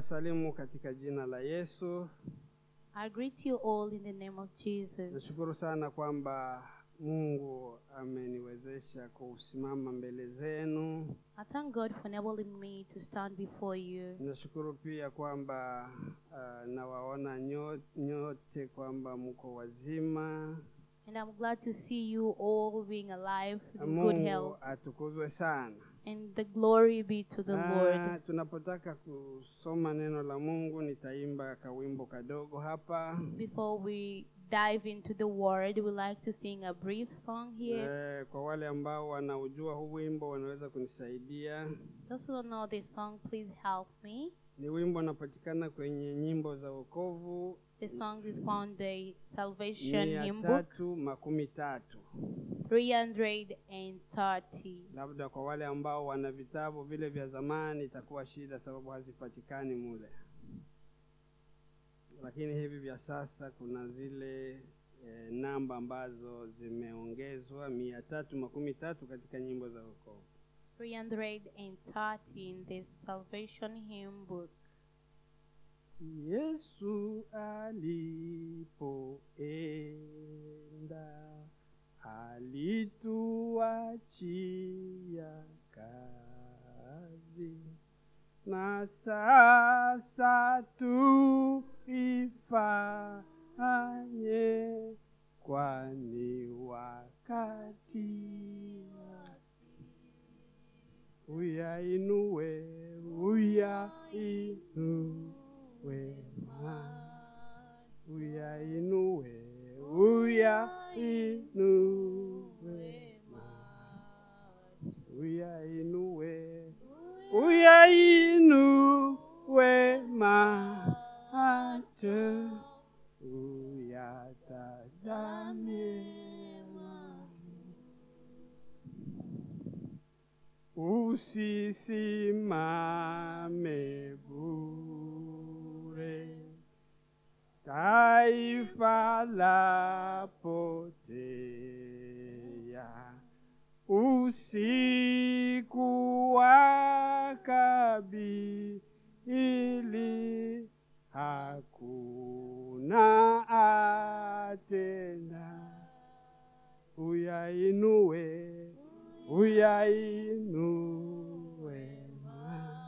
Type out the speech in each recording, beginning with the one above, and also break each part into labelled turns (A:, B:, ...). A: Ninawasalimu katika jina la Yesu.
B: I greet you all in the name of Jesus.
A: Nashukuru sana kwamba Mungu ameniwezesha kusimama mbele zenu.
B: I thank God for enabling me to stand before you.
A: Nashukuru pia kwamba ah, nawaona nyo- nyote kwamba mko wazima.
B: And I'm glad to see you all being alive in good
A: Mungu
B: health.
A: atukuzwe sana.
B: And the glory be to the
A: Ah,
B: Lord.
A: tunapotaka kusoma neno la Mungu nitaimba kawimbo kadogo hapa.
B: Before we dive into the word, we like to sing a brief song here.
A: Eh, kwa wale ambao wanaujua huu wimbo wanaweza kunisaidia.
B: Those who don't know this song, please help me.
A: Ni wimbo unapatikana kwenye nyimbo za wokovu
B: The song is found the Salvation
A: mia
B: Hymn Book
A: tatu makumi tatu.
B: 330.
A: Labda kwa wale ambao wana vitabu vile vya zamani itakuwa shida, sababu hazipatikani mule, lakini hivi vya sasa kuna zile eh, namba ambazo zimeongezwa mia tatu makumi tatu katika nyimbo za wokovu.
B: 330 in the Salvation Hymn Book.
A: Yesu alipoenda alituachia kazi, na sasa tuifanye, kwani wakati uyainue, uyainue mwana. Uya inue, uya inue, uya inue, uya inue macho, uya tazame usisimame bure taifa lapotea, usiku wakabili, hakuna atena. Uyainue, uyainue mwana.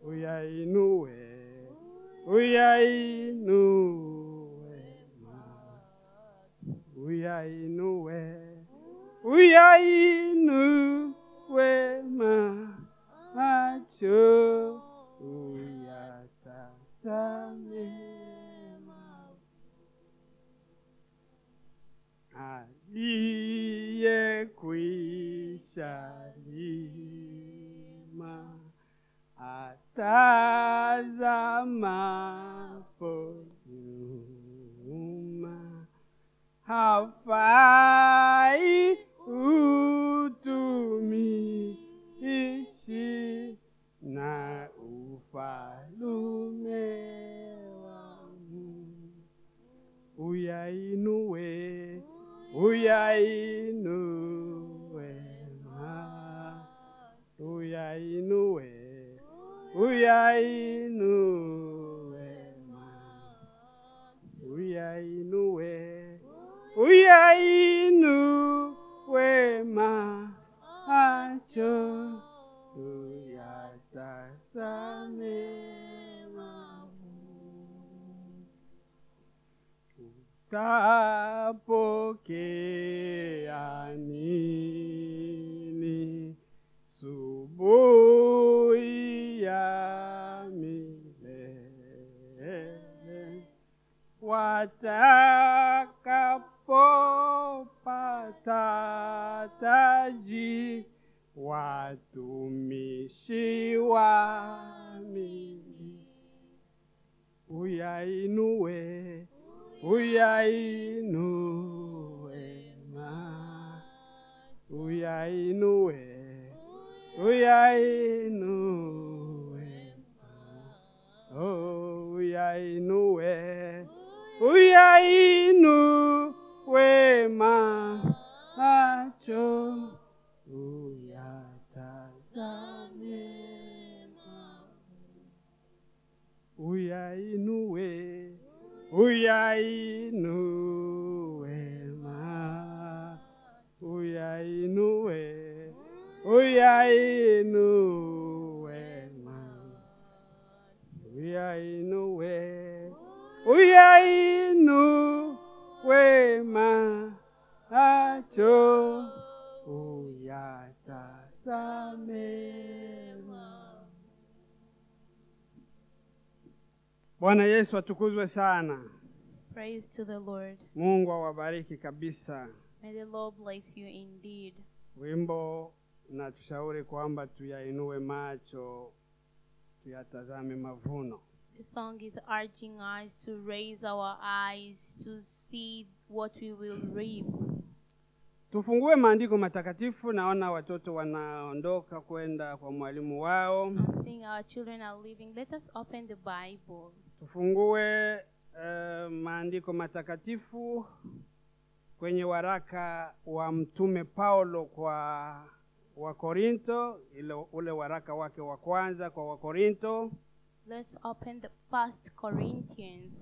A: Uyainue, uyainue, mwana. uyainue, uyainue macho, uyatazame aliyekwisha lima atazamapo nyuma hafai utumishi na ufalume wa Mungu. Uyainue, uyainue mwana. Uyainue, uyainue mwana. Uyainue, uyainue macho, uyatazame maovu. Tá, Utapokea nini subuhi ya milele watakapopata taji watumishi wamini uyainue uyainue ma uyainue uyainue ma oh uyainue uyainue ma macho uyatazame ma uyainuwe uyainuwe ma uyainuwe uyainuwe ma uyainuwe uyainuwe ma acho uyatasame Bwana Yesu atukuzwe sana.
B: Praise to the Lord.
A: Mungu awabariki kabisa.
B: May the Lord bless you indeed.
A: Wimbo unatushauri kwamba tuyainue macho, tuyatazame mavuno.
B: The song is urging us to raise our eyes to see what we will reap.
A: Tufungue maandiko matakatifu. Naona watoto wanaondoka kwenda kwa mwalimu wao.
B: And seeing our children are living, let us open the Bible.
A: Tufungue eh, maandiko matakatifu kwenye waraka wa mtume Paulo kwa Wakorinto, ile ule waraka wake wa kwanza kwa Wakorinto,
B: Let's open the First Corinthians,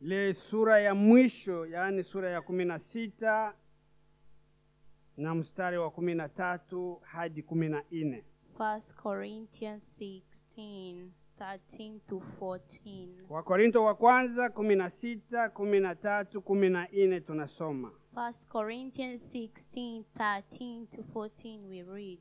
A: ile sura ya mwisho, yaani sura ya kumi na sita na mstari wa kumi na tatu hadi kumi na nne.
B: First Corinthians 16, 13 to 14.
A: Wakorinto wa kwanza kumi na sita kumi na tatu kumi na nne tunasoma.
B: First Corinthians 16, 13 to 14 we read.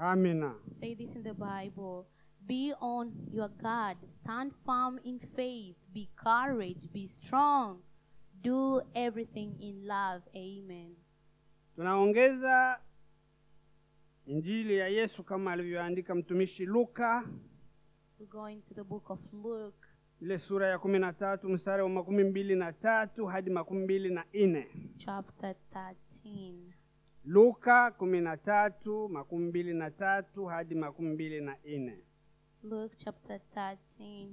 A: Amina.
B: Say this in the Bible. Be on your guard, stand firm in faith, be courage, be strong, do everything in love. Amen.
A: tunaongeza injili ya yesu kama alivyoandika mtumishi luka
B: We're going to the book of Luke,
A: ile sura ya kumi na tatu mstari wa makumi mbili na tatu hadi makumi mbili na nne
B: chapter 13.
A: luka kumi na tatu makumi mbili na tatu hadi makumi mbili na nne
B: Luke chapter 13,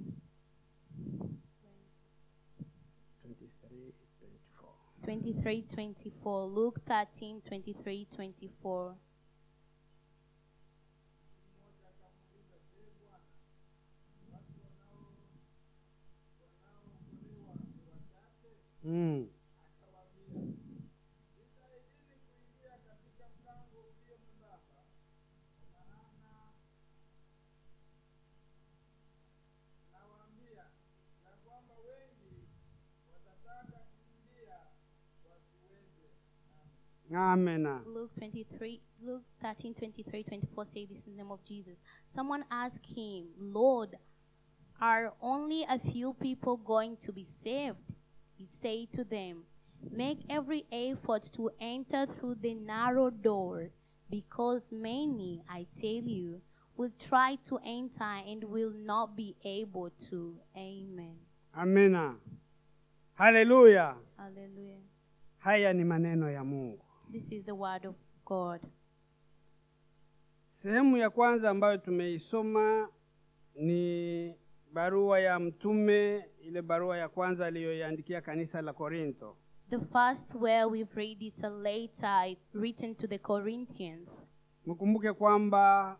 B: 23 24. Luke 13, 23 24.
A: mm. amena
B: Luke 23, Luke 13, 23, 24 say this in the name of Jesus. Someone asked him, Lord, are only a few people going to be saved? He said to them, Make every effort to enter through the narrow door, because many, I tell you, will try to enter and will not be able to. Amen.
A: amena haleluya
B: Hallelujah.
A: haya ni maneno ya mungu
B: This is the word of God.
A: Sehemu ya kwanza ambayo tumeisoma ni barua ya mtume, ile barua ya kwanza aliyoiandikia kanisa la Korinto.
B: The first where we've read it's a letter written to the Corinthians.
A: Mkumbuke kwamba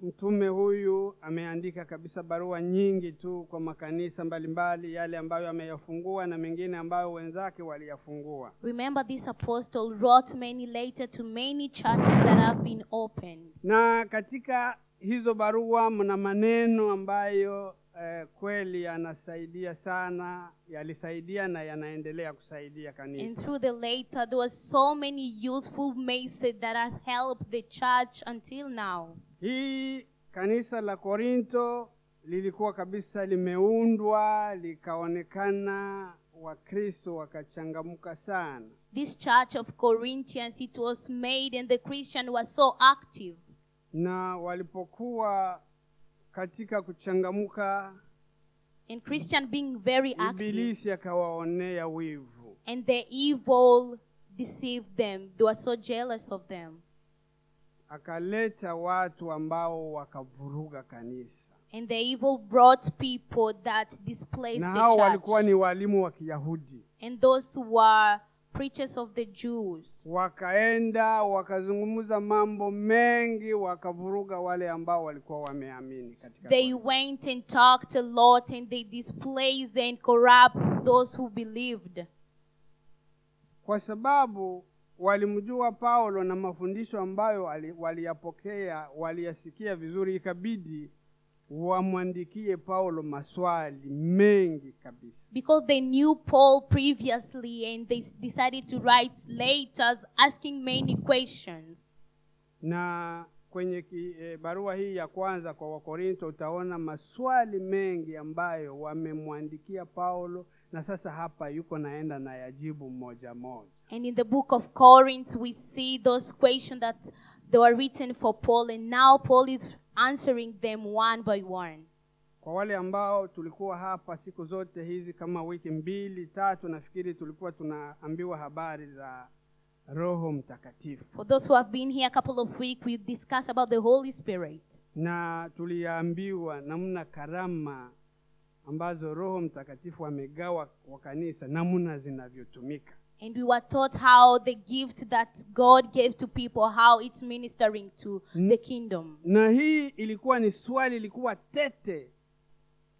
A: mtume huyu ameandika kabisa barua nyingi tu kwa makanisa mbalimbali, yale ambayo ameyafungua na mengine ambayo wenzake waliyafungua.
B: Remember, this apostle wrote many later to many churches that have been opened.
A: Na katika hizo barua mna maneno ambayo eh, kweli yanasaidia sana, yalisaidia na yanaendelea kusaidia kanisa.
B: And through the letter, there were so many useful messages that have helped the church until now.
A: Hii kanisa la Korinto lilikuwa kabisa limeundwa likaonekana Wakristo wakachangamka sana.
B: This church of Corinthians, it was made, and the Christian was so active.
A: Na walipokuwa katika kuchangamka,
B: And Christian being very active,
A: ibilisi akawaonea wivu.
B: and the evil deceived them. They were so jealous of them.
A: akaleta watu ambao wakavuruga kanisa,
B: And the evil brought people that displaced
A: na
B: the
A: hao walikuwa
B: church.
A: ni walimu wa Kiyahudi.
B: And those were preachers of the Jews.
A: Wakaenda wakazungumza mambo mengi, wakavuruga wale ambao walikuwa wameamini katika
B: They
A: Bwana.
B: went and talked a lot and they displaced and corrupt those who believed.
A: kwa sababu walimjua Paulo na mafundisho ambayo ali- waliyapokea waliyasikia vizuri, ikabidi wamwandikie Paulo maswali mengi kabisa.
B: Because they knew Paul previously and they s- decided to write letters asking many questions.
A: Na kwenye ki, e, barua hii ya kwanza kwa Wakorinto utaona maswali mengi ambayo wamemwandikia Paulo, na sasa hapa yuko naenda na yajibu moja moja.
B: And in the book of Corinth, we see those questions that they were written for Paul, and now Paul is answering them one by one.
A: Kwa wale ambao tulikuwa hapa siku zote hizi kama wiki mbili tatu, nafikiri tulikuwa tunaambiwa habari za Roho Mtakatifu
B: For those who have been here a couple of weeks, we discussed about the Holy Spirit.
A: na tuliambiwa namna karama ambazo Roho Mtakatifu amegawa kwa kanisa, namna zinavyotumika.
B: And we were taught how the gift that God gave to people, how it's ministering to the kingdom.
A: Na hii ilikuwa ni swali, ilikuwa tete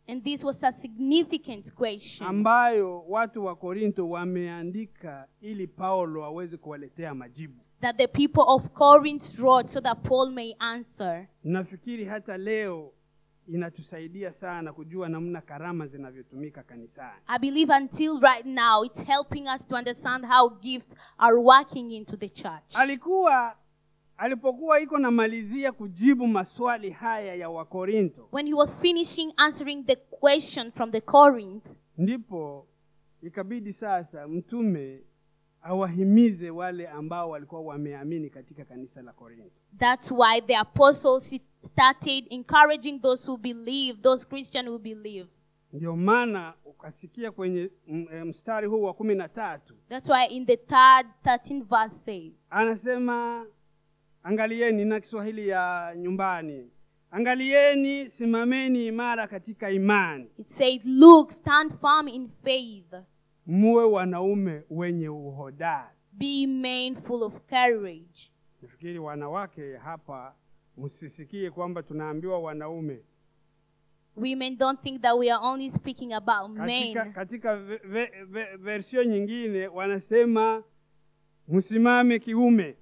B: And this was a significant
A: Um,
B: question
A: ambayo watu wa Korinto wameandika ili Paulo aweze kuwaletea majibu.
B: that the people of Corinth wrote so that Paul may answer.
A: Nafikiri hata leo inatusaidia sana kujua namna karama zinavyotumika kanisani.
B: I believe until right now, it's helping us to understand how gifts are working into the church.
A: Alikuwa alipokuwa iko namalizia kujibu maswali haya ya Wakorinto,
B: When he was finishing answering the question from the Corinth,
A: ndipo ikabidi sasa mtume awahimize wale ambao walikuwa wameamini katika kanisa la Korinto.
B: that's why the apostles started encouraging those who believe, those Christians who believe.
A: Ndio maana ukasikia kwenye mm, eh, mstari huu wa kumi na tatu
B: That's why in the third 13 verse says,
A: anasema angalieni, na Kiswahili ya nyumbani, angalieni, simameni imara katika imani,
B: it says, Look, stand firm in faith,
A: muwe wanaume wenye uhodari.
B: be men full of courage.
A: Nafikiri wanawake hapa, msisikie kwamba tunaambiwa wanaume
B: Women don't think that we are only speaking about
A: katika,
B: men.
A: katika ve, ve, ve, versio nyingine wanasema msimame kiume.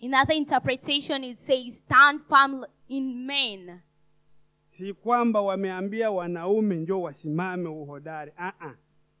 B: In other interpretation, it says, Stand firm in men.
A: Si kwamba wameambia wanaume njo wasimame uhodari, ah,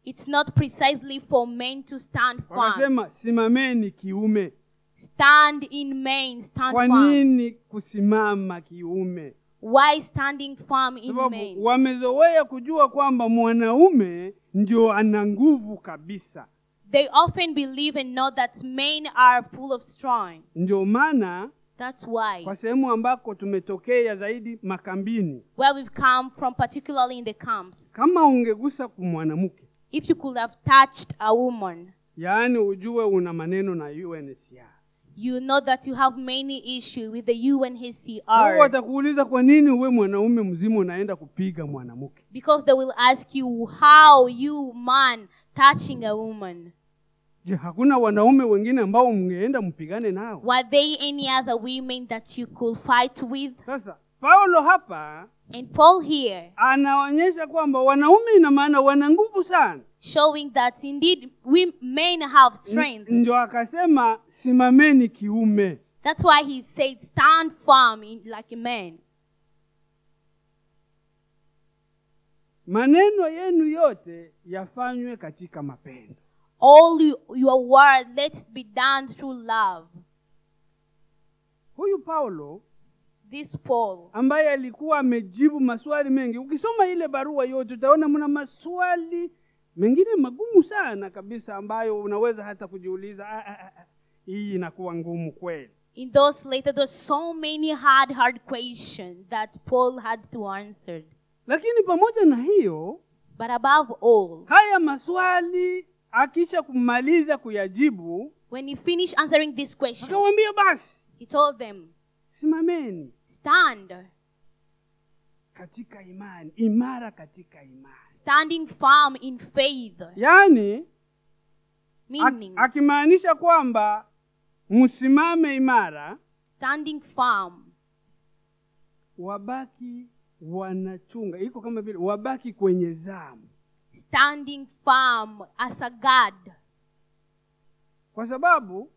B: It's not precisely for men to stand firm.
A: wakasema simameni kiume.
B: Stand in men, stand
A: Kwa
B: firm.
A: nini kusimama kiume?
B: Why standing firm in men?
A: Sababu wamezoea kujua kwamba mwanaume ndio ana nguvu kabisa.
B: They often believe and know that men are full of strength.
A: Ndio maana
B: That's why.
A: kwa sehemu ambako tumetokea zaidi makambini,
B: Where we've come from, particularly in the camps.
A: kama ungegusa kumwanamke,
B: If you could have touched a woman,
A: yaani ujue una maneno na UNHCR.
B: you know that you have many issues with the
A: Wao
B: UNHCR.
A: watakuuliza kwa nini we mwanaume mzima unaenda kupiga mwanamke?
B: Because they will ask you how you man touching a woman.
A: Je, hakuna wanaume wengine ambao mngeenda mpigane nao?
B: Were they any other women that you could fight with?
A: Sasa Paulo hapa
B: And Paul here
A: anaonyesha kwamba wanaume ina maana wana nguvu sana,
B: showing that indeed we men have strength.
A: ndio akasema simameni kiume.
B: That's why he said stand firm in, like a man.
A: Maneno yenu yote yafanywe katika mapendo.
B: All you, your word let it be done through love.
A: Huyu Paulo
B: This Paul
A: ambaye alikuwa amejibu maswali mengi, ukisoma ile barua yote utaona mna maswali mengine magumu sana kabisa, ambayo unaweza hata kujiuliza "Ah, ah, ah, ah, hii inakuwa ngumu kweli.
B: in those later there's so many hard hard questions that Paul had to answer.
A: Lakini pamoja na hiyo,
B: But above all,
A: haya maswali akisha kumaliza kuyajibu
B: when he finished answering these questions,
A: Akamwambia basi
B: he told them,
A: simameni
B: Stand,
A: katika imani imara katika imani
B: standing firm in faith.
A: yaani
B: Meaning,
A: ak- akimaanisha kwamba msimame imara
B: standing firm.
A: wabaki wanachunga iko kama vile wabaki kwenye zamu
B: Standing firm as a guard.
A: kwa sababu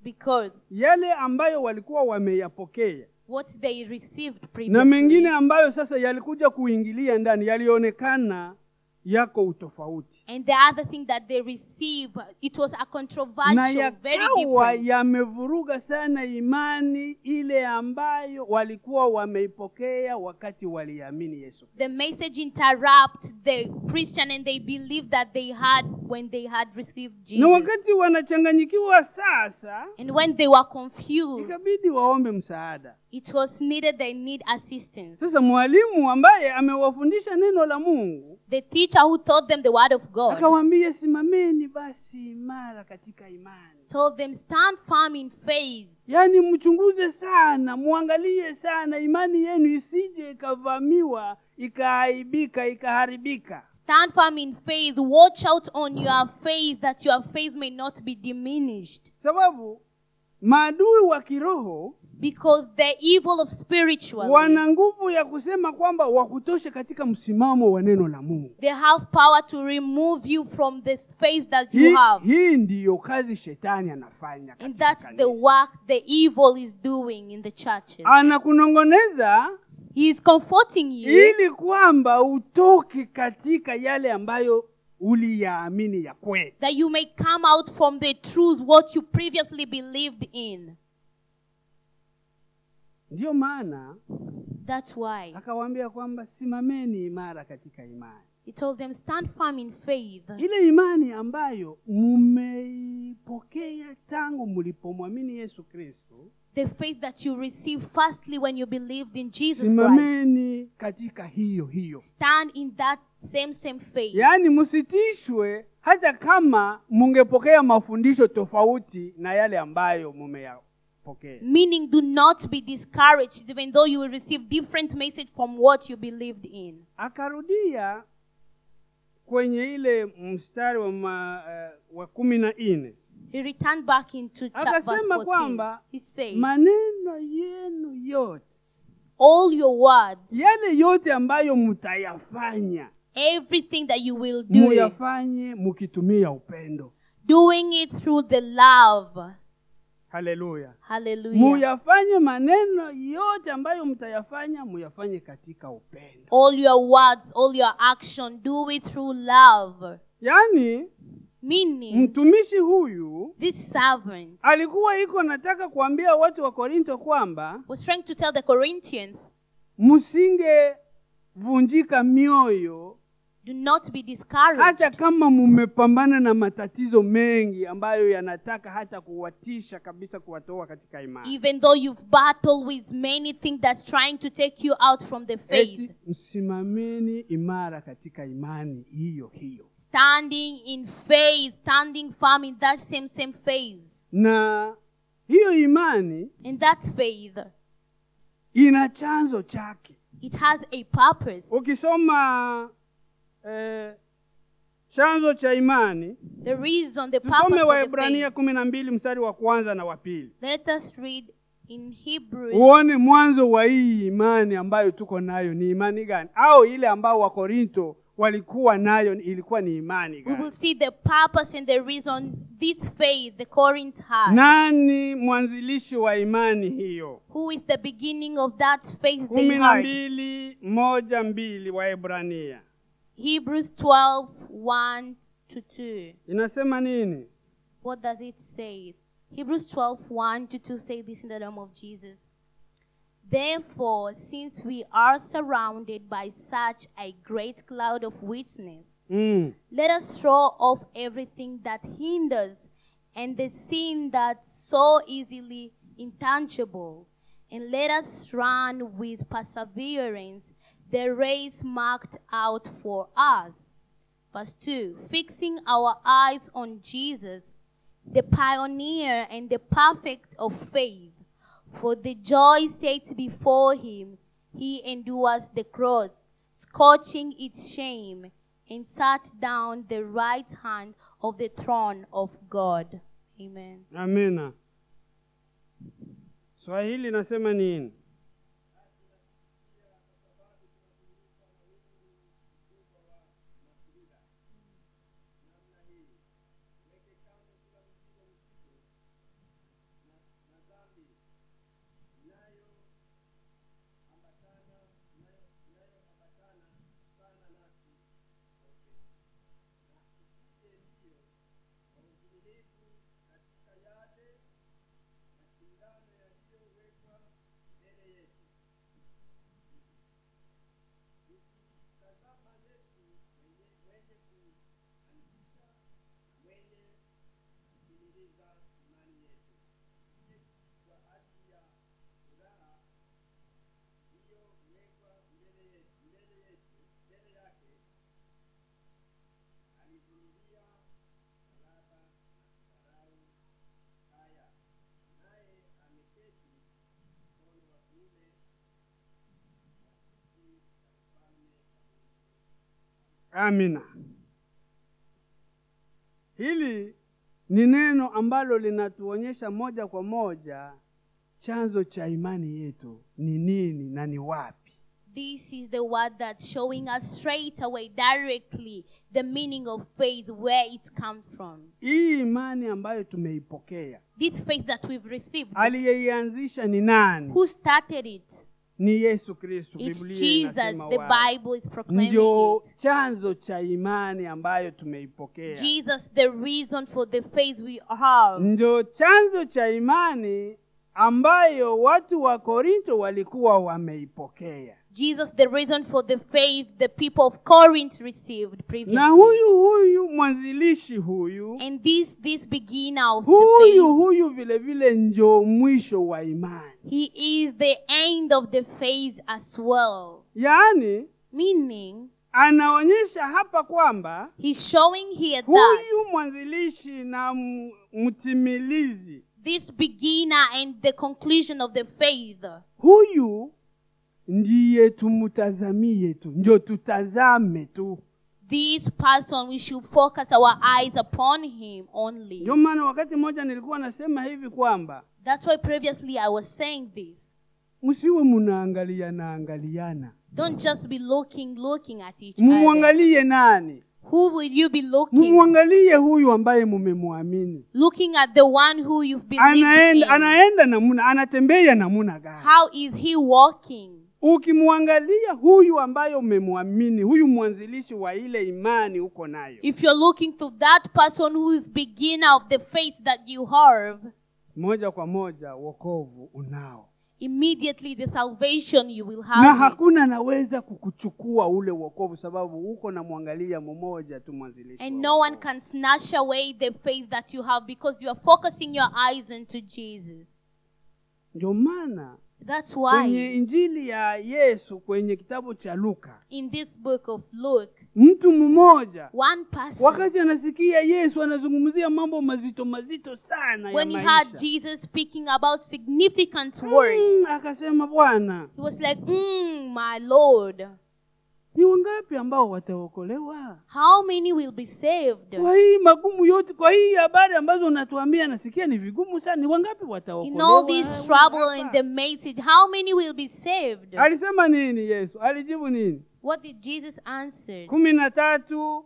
B: Because
A: yale ambayo walikuwa wameyapokea
B: what they received
A: na
B: previously
A: mengine ambayo sasa yalikuja kuingilia ndani yalionekana yako utofauti
B: and the other thing that they receive, it was a
A: na
B: controversial, very
A: yakawa
B: different.
A: yamevuruga sana imani ile ambayo walikuwa wameipokea wakati waliamini yesu
B: The message interrupts the Christian and they believe that they had when they had received Jesus.
A: na wakati wanachanganyikiwa sasa
B: And when they were confused,
A: ikabidi waombe msaada
B: it was needed they need assistance.
A: sasa mwalimu ambaye amewafundisha neno la mungu
B: The teacher who taught them the word of God
A: akawaambia simameni basi imara katika imani
B: told them, Stand firm in faith.
A: yaani mchunguze sana mwangalie sana imani yenu isije ikavamiwa ikaaibika ikaharibika
B: Stand firm in faith. Watch out on your faith that your faith may not be diminished.
A: sababu maadui wa kiroho
B: Because the evil of spiritual,
A: wana nguvu ya kusema kwamba wakutoshe katika msimamo wa neno la mungu
B: they have power to remove you from this faith that
A: hii,
B: you have.
A: hii ndiyo kazi shetani anafanya katika
B: And that's the
A: kanisa.
B: work the evil is doing in the churches.
A: anakunongoneza
B: He is comforting you
A: ili kwamba utoke katika yale ambayo uliyaamini ya kweli
B: that you may come out from the truth what you previously believed in.
A: ndiyo maana
B: That's why
A: akawaambia kwamba simameni imara katika imani
B: he told them, Stand firm in faith.
A: ile imani ambayo mumeipokea tangu mlipomwamini yesu kristo
B: The faith that you received firstly when you believed in Jesus Christ.
A: simameni katika hiyo hiyo
B: Stand in that same same faith.
A: yaani msitishwe hata kama mungepokea mafundisho tofauti na yale ambayo mumeyapokea
B: Meaning, do not be discouraged, even though you will receive different message from what you believed in.
A: akarudia kwenye ile mstari wa, ma, uh, wa kumi na nne
B: He returned back into chapter verse
A: Akasema
B: 14.
A: kwamba,
B: He said,
A: maneno yenu yote
B: All your words,
A: yale yote ambayo mtayafanya
B: everything that you will do,
A: muyafanye mukitumia upendo
B: doing it through the love.
A: haleluya
B: Hallelujah.
A: muyafanye maneno yote ambayo mtayafanya muyafanye katika upendo
B: All your words, all your action, do it through love.
A: yaani
B: Meaning,
A: mtumishi huyu
B: this servant
A: alikuwa iko nataka kuambia watu wa korinto kwamba
B: was trying to tell the Corinthians,
A: msingevunjika mioyo
B: do not be
A: hata
B: discouraged.
A: kama mumepambana na matatizo mengi ambayo yanataka hata kuwatisha kabisa kuwatoa katika imani
B: Even though you've battled with many things that's trying to take you out from the faith,
A: Eti, msimameni imara katika imani hiyo hiyo
B: standing in faith, standing firm in that same same faith.
A: na hiyo imani
B: And that faith,
A: ina chanzo chake
B: it has a purpose.
A: ukisoma eh, chanzo cha imani
B: The reason, the purpose
A: tusome
B: for the
A: waebrania
B: faith.
A: kumi na mbili mstari wa kwanza na wa pili
B: Let us read in Hebrews
A: uone mwanzo wa hii imani ambayo tuko nayo ni imani gani au ile ambao wakorinto walikuwa nayo ilikuwa ni imani
B: we will
A: gani
B: see the purpose and the reason this faith the Corinth had.
A: nani mwanzilishi wa imani hiyo
B: Who is the beginning of that faith they
A: kumi na
B: had?
A: mbili moja mbili waebrania
B: Hebrews 12 1 to 2.
A: inasema nini
B: What does it say? Hebrews 12 1 to 2 say this in the name of Jesus. Therefore, since we are surrounded by such a great cloud of witness,
A: mm.
B: Let us throw off everything that hinders and the sin that so easily intangible, and let us run with perseverance the race marked out for us. Verse 2 Fixing our eyes on Jesus, the pioneer and the perfect of faith, For the joy set before him, he endures the cross, scorching its shame, and sat down the right hand of the throne of God. Amen.
A: amina swahili nasema nini amina hili ni neno ambalo linatuonyesha moja kwa moja chanzo cha imani yetu ni nini na ni wapi
B: This is the word that's showing us straight away, directly, the meaning of faith, where it comes from.
A: hii imani ambayo tumeipokea
B: This faith that we've received,
A: aliyeianzisha ni nani
B: who started it?
A: ni yesu kristu
B: It's
A: Biblia
B: Jesus.
A: inasema
B: The
A: wazi.
B: Bible is proclaiming
A: ndio
B: it.
A: chanzo cha imani ambayo tumeipokea
B: Jesus, the reason for the faith we have.
A: ndio chanzo cha imani ambayo watu wa korinto walikuwa wameipokea
B: Jesus, the reason for the faith the people of Corinth received previously.
A: na huyu huyu mwanzilishi huyu
B: and this this beginner of
A: huyu
B: the
A: huyu vile vile njo mwisho wa imani
B: faith, he is the end of the faith as well.
A: yaani
B: Meaning,
A: anaonyesha hapa kwamba
B: he's showing here that
A: huyu mwanzilishi na m- mtimilizi
B: this beginner and the conclusion of the faith,
A: huyu ndiye tumtazamie tu njo tutazame tu
B: this person we should focus our eyes upon him only.
A: ndio maana wakati mmoja nilikuwa nasema hivi kwamba
B: That's why previously I was saying this.
A: msiwe munaangaliana angaliana
B: Don't just be looking, looking at each other.
A: mumwangalie nani
B: Who will you be looking?
A: mumwangalie huyu ambaye mumemwamini
B: Looking at the one who you've believed
A: anaenda
B: in.
A: anaenda namuna anatembea namuna gani
B: How is he walking?
A: ukimwangalia huyu ambaye umemwamini huyu mwanzilishi wa ile imani uko nayo
B: If you're looking to that person who is beginner of the faith that you have,
A: moja kwa moja wokovu unao
B: immediately the salvation you will
A: na
B: have. it.
A: hakuna anaweza kukuchukua ule wokovu sababu uko namwangalia mmoja tu mwanzilishi wa
B: And no one
A: wokovu.
B: can snatch away the faith that you have because you are focusing your eyes into Jesus.
A: ndio maana
B: That's
A: kwenye
B: why
A: injili ya yesu kwenye kitabu cha luka
B: in this book of Luke,
A: mtu mmoja
B: one person
A: wakati anasikia yesu anazungumzia mambo mazito mazito sana
B: when he
A: ya
B: heard
A: maisha
B: Jesus speaking about significant words,
A: Mm, akasema bwana
B: he was like, mm, My Lord,
A: ni wangapi ambao wataokolewa
B: how many will be saved?
A: kwa hii magumu yote kwa hii habari ambazo unatuambia nasikia ni vigumu sana ni wangapi
B: In
A: wataokolewa
B: all this trouble and the message, how many will be saved?
A: alisema nini yesu alijibu nini
B: What did Jesus answer?
A: kumi na tatu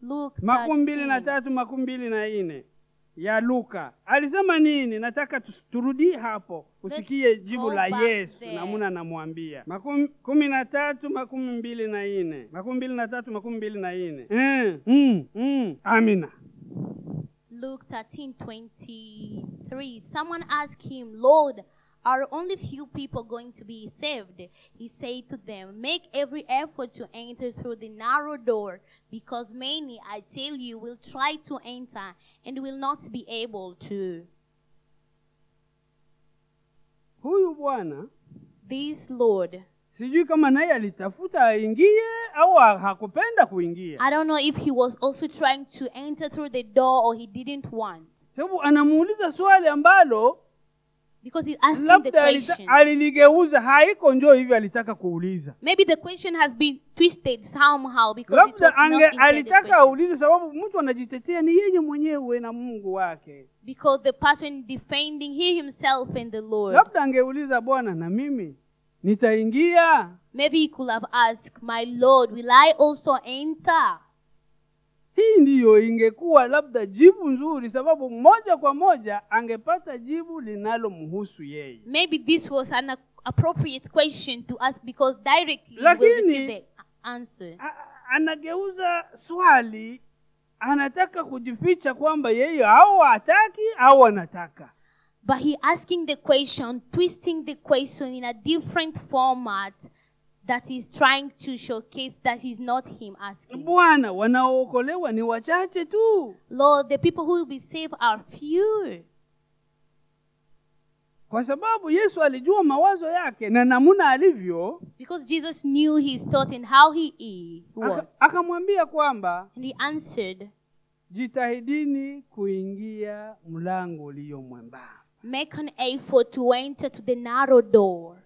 B: Luke
A: makumi mbili na
B: 13.
A: tatu makumi mbili na nne ya luka alisema nini nataka tus- turudie hapo usikie
B: Let's
A: jibu
B: go
A: la
B: back
A: yesu
B: there.
A: namuna namwambia Makumi- kumi na tatu makumi mbili na nne makumi mbili na tatu makumi mbili na nne mm, mm, mm. amina
B: Luke 13 23. Someone asked him, Lord, are only few people going to be saved? He said to them, Make every effort to enter through the narrow door, because many, I tell you, will try to enter and will not be able to.
A: huyu bwana
B: This Lord,
A: sijui kama naye alitafuta aingie au ha- hakupenda kuingia
B: I don't know if he was also trying to enter through the door or he didn't want.
A: sababu anamuuliza swali ambalo
B: because he's asking the
A: labda
B: question.
A: alita- aliligeuza haiko njo hivyo alitaka kuuliza
B: Maybe the question has been twisted somehow because it was
A: labda
B: not
A: ange
B: intended
A: alitaka
B: question.
A: aulize sababu mtu anajitetea ni yeye mwenyewe na mungu wake
B: Because the person defending he himself and the Lord.
A: labda angeuliza bwana na mimi nitaingia
B: Maybe he could have asked, My Lord, will I also enter?
A: hii ndiyo ingekuwa labda jibu nzuri sababu moja kwa moja angepata jibu linalomhusu yeye
B: Maybe this was an a- appropriate question to ask because directly you will
A: Lakini-
B: receive the a- answer.
A: A- a- anageuza swali anataka kujificha kwamba yeye au hataki au anataka
B: But he asking the question, twisting the question in a different format that is trying to showcase that is not him asking.
A: bwana wanaookolewa ni wachache tu
B: Lord, the people who will be saved are few.
A: kwa sababu yesu alijua mawazo yake na namna alivyo
B: Because Jesus knew his thought and how he is, was.
A: aka- akamwambia kwamba
B: And he answered,
A: jitahidini kuingia mlango ulio mwembamba
B: Make an effort to enter to the narrow door.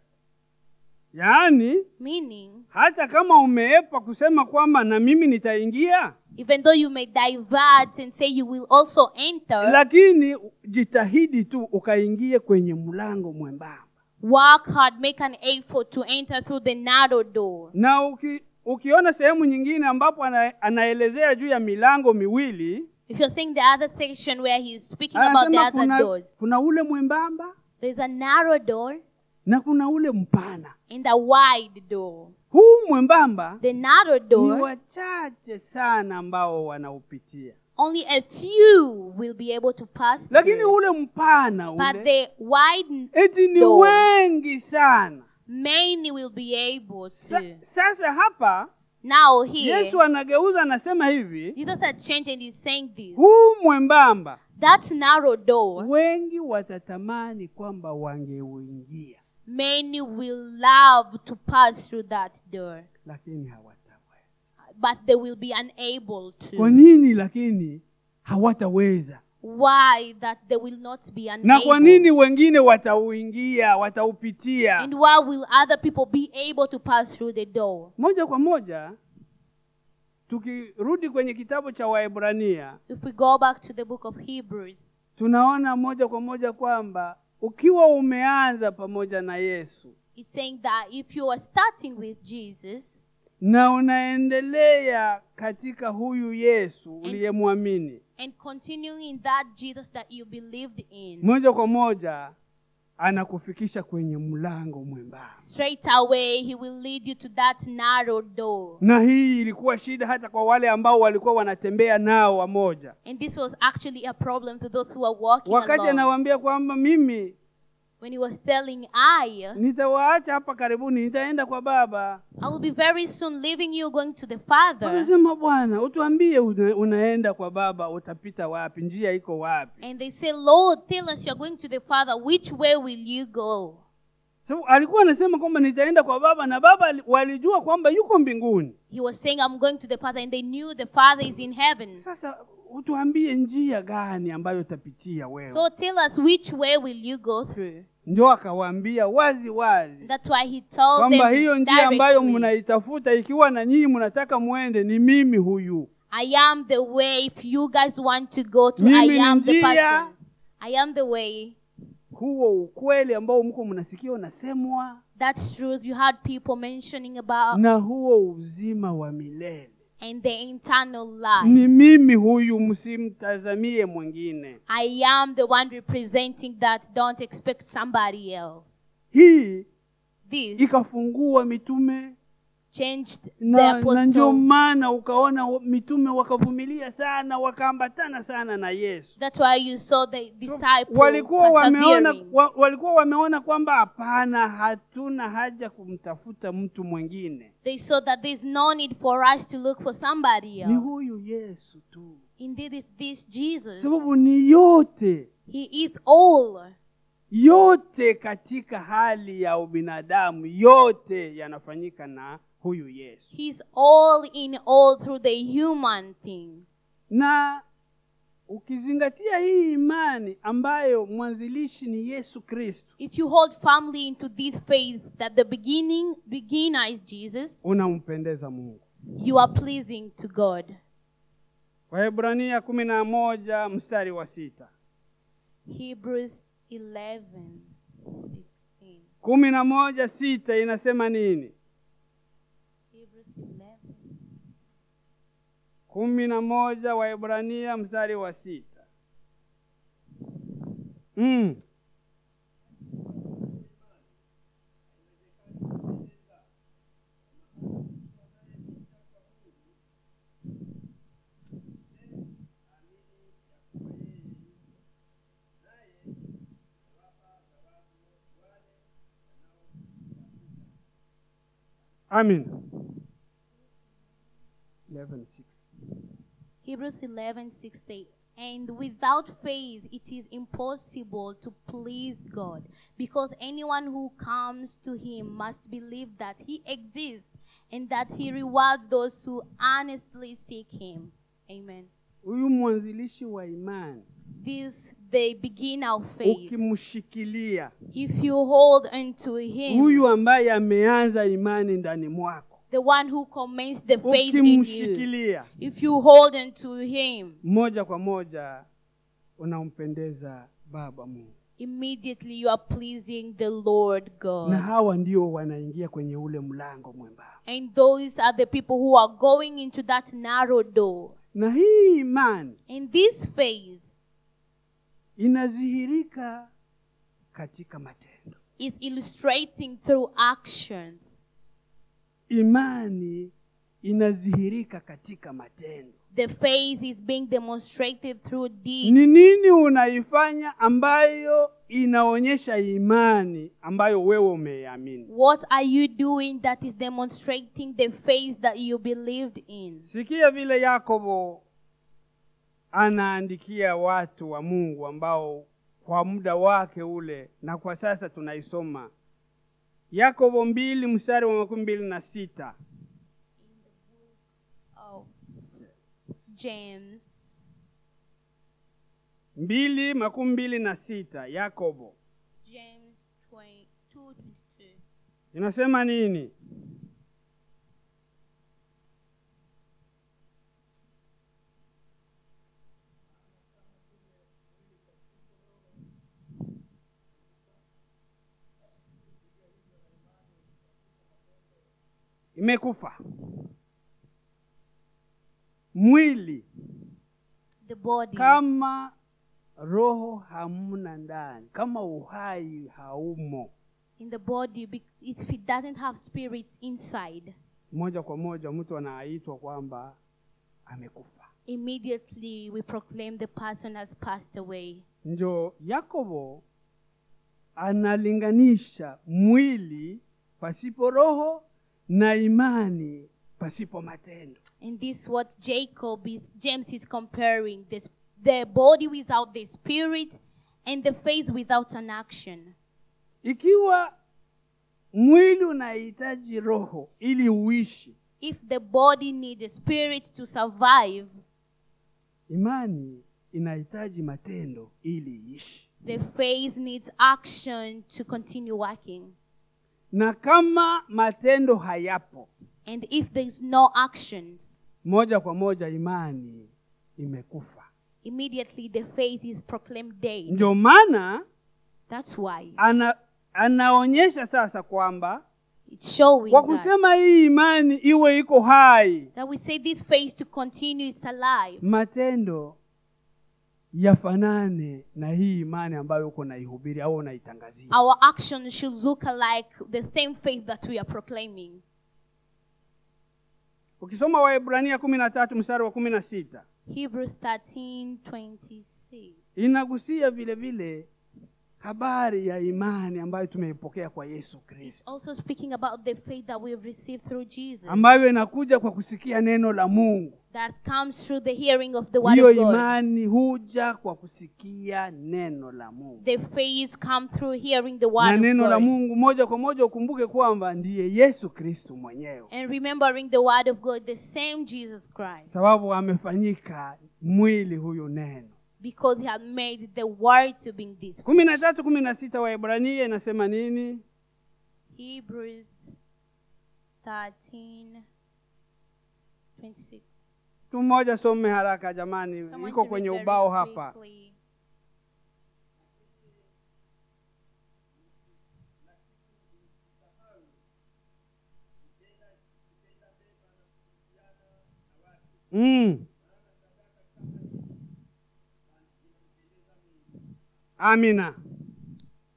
A: yaani
B: Meaning,
A: hata kama umeepa kusema kwamba na mimi nitaingia
B: even though you may divert and say you will also enter,
A: lakini jitahidi tu ukaingie kwenye mlango mwembamba
B: work hard, make an effort to enter through the narrow door.
A: na uki, ukiona sehemu nyingine ambapo ana, anaelezea juu ya milango miwili
B: If you're seeing the other section where he's speaking about the
A: anasema
B: other
A: Ah, kuna,
B: doors,
A: kuna ule mwembamba
B: there's a narrow door
A: na kuna ule mpana
B: and a wide door.
A: huu mwembamba
B: The narrow
A: ni
B: door,
A: wachache sana ambao wanaupitia
B: only a few will be able to pass.
A: lakini
B: through.
A: ule mpana
B: But
A: ule
B: the wide,
A: eti ni
B: door.
A: wengi sana
B: many will be able
A: Sa,
B: to.
A: sasa hapa
B: Now here,
A: yesu anageuza anasema hivi
B: Jesus had changed and he's saying this.
A: huu mwembamba
B: That narrow door,
A: wengi watatamani kwamba wangeuingia
B: many will love to pass through that door,
A: lakini hawataweza
B: but they will be unable
A: kwa
B: to.
A: nini lakini hawataweza
B: Why that they will not be
A: na kwa nini
B: unable?
A: wengine watauingia wataupitia
B: And why will other people be able to pass through the door?
A: moja kwa moja tukirudi kwenye kitabu cha waebrania
B: If we go back to the book of Hebrews,
A: tunaona moja kwa moja kwamba ukiwa umeanza pamoja na yesu
B: it's saying that if you are starting with Jesus
A: na unaendelea katika huyu yesu uliyemwamini
B: and continuing in that Jesus that you believed in,
A: moja kwa moja anakufikisha kwenye mlango mwembamba
B: straight away He will lead you to that narrow door.
A: na hii ilikuwa shida hata kwa wale ambao walikuwa wanatembea nao wamoja
B: And this was actually a problem to those who were walking
A: wakati
B: along.
A: anawaambia kwamba mimi
B: When he was telling I,
A: nitawaacha hapa karibuni nitaenda kwa baba
B: I will be very soon leaving you, going to the Father.
A: wanasema bwana utuambie una, unaenda kwa baba utapita wapi njia iko wapi
B: And they say, Lord, tell us you're going to the Father. Which way will you go?
A: so, alikuwa anasema kwamba nitaenda kwa baba na baba ali- walijua kwamba yuko mbinguni
B: He was saying, I'm going to the Father. And they knew the Father is in heaven.
A: sasa utuambie njia gani ambayo utapitia wewe
B: So tell us, which way will you go through?
A: ndio akawaambia wazi wazi
B: And that's why he told
A: kwamba hiyo
B: them
A: njia ambayo
B: directly,
A: mnaitafuta ikiwa na nyinyi mnataka mwende ni mimi huyu
B: I am the way. If you guys want to go to, I
A: Mimi ni
B: am the
A: njia.
B: person. I am the way.
A: huo ukweli ambao mko mnasikia unasemwa
B: That's truth. You had people mentioning about
A: na huo uzima wa milele
B: and the internal life.
A: ni mimi huyu msimtazamie mwingine
B: I am the one representing that. Don't expect somebody else.
A: hii
B: This
A: ikafungua mitume
B: changed the
A: na, na ndio
B: apostle.
A: maana ukaona wa- mitume wakavumilia sana wakaambatana sana na yesu
B: That's why you saw the disciple
A: walikuwa wameona,
B: persevering.
A: wa, walikuwa wameona kwamba hapana hatuna haja kumtafuta mtu mwingine
B: They saw that there's no need for us to look for somebody
A: ni
B: else.
A: huyu yesu tu
B: Indeed, it's this Jesus.
A: sababu ni yote
B: He is all.
A: yote katika hali ya ubinadamu yote yanafanyika na huyu yesu
B: He's all in all through the human thing.
A: na ukizingatia hii imani ambayo mwanzilishi ni yesu kristo
B: If you hold firmly into this faith that the beginning beginner is Jesus,
A: unampendeza mungu
B: you are pleasing to God.
A: wahebrania kumi na moja mstari wa sita
B: Hebrews 11 16.
A: kumi na moja sita inasema nini
B: Hebrews 11.
A: kumi na moja wahebrania mstari wa sita mm. Amin. 11:6.
B: Hebrews 11 And without faith, it is impossible to please God, because anyone who comes to Him must believe that He exists and that He rewards those who earnestly seek Him. Amen.
A: huyu mwanzilishi wa imani
B: This the beginner of faith.
A: ukimshikilia
B: If you hold unto Him,
A: huyu ambaye ameanza imani ndani mwako
B: the one who commenced the faith in you,
A: ukimshikilia
B: if you hold unto Him,
A: moja kwa moja unampendeza baba mungu
B: immediately you are pleasing the Lord God.
A: na hawa ndio wanaingia kwenye ule mlango mwembamba
B: And those are the people who are going into that narrow door.
A: na hii imani
B: In this faith
A: inadhihirika katika matendo
B: is illustrating through actions.
A: imani inadhihirika katika matendo
B: The faith is being demonstrated through
A: ni
B: deeds.
A: nini unaifanya ambayo inaonyesha imani ambayo wewe umeiamini
B: What are you doing that is demonstrating the faith that you believed in?
A: sikia vile yakobo anaandikia watu wa mungu ambao kwa muda wake ule na kwa sasa tunaisoma yakobo mbili mstari wa makumi mbili na sita
B: Of Oh, James
A: mbili makumi mbili na sita yakobo
B: James 22
A: inasema nini imekufa mwili
B: the body
A: kama roho hamna ndani kama uhai haumo
B: in the body be- if it doesn't have spirit inside
A: moja kwa moja mtu anaitwa kwamba amekufa
B: immediately we proclaim the person has passed away.
A: ndio yakobo analinganisha mwili pasipo roho na imani pasipo matendo
B: And this what Jacob is, James is comparing this the body without the spirit and the faith without an action.
A: ikiwa mwili unahitaji roho ili uishi
B: If the body needs a spirit to survive,
A: imani inahitaji matendo ili iishi
B: the faith needs action to continue working.
A: na kama matendo hayapo
B: And if there is no actions,
A: moja kwa moja imani imekufa
B: immediately the faith is proclaimed dead.
A: ndio maana
B: That's why
A: ana, anaonyesha sasa kwamba
B: it's showing
A: kwa
B: that,
A: kusema hii imani iwe iko hai
B: that we say this faith to continue it's alive.
A: matendo yafanane na hii imani ambayo uko naihubiri au unaitangazia
B: our actions should look alike the same faith that we are proclaiming.
A: ukisoma waebrania kumi na tatu mstari wa kumi na sita
B: Hebrews 13 26.
A: inagusia vile vile habari ya imani ambayo tumeipokea kwa yesu
B: It's
A: kristo
B: also speaking about the faith that we have received through Jesus
A: ambayo inakuja kwa kusikia neno la mungu
B: that comes through the hearing of the word
A: hiyo
B: of God.
A: imani huja kwa kusikia neno la mungu
B: The faith comes through hearing the
A: na
B: word of
A: neno la
B: God.
A: mungu moja kwa moja ukumbuke kwamba ndiye yesu kristu mwenyewe
B: And remembering the word of God, the same Jesus Christ.
A: sababu amefanyika mwili huyu neno
B: because he had made the word to be this.
A: kumi na tatu kumi na sita Waebrania inasema nini?
B: Hebrews 13 26.
A: Tu mmoja some haraka jamani,
B: Someone
A: iko
B: to
A: kwenye
B: read very
A: ubao hapa.
B: quickly.
A: Mm. Amina.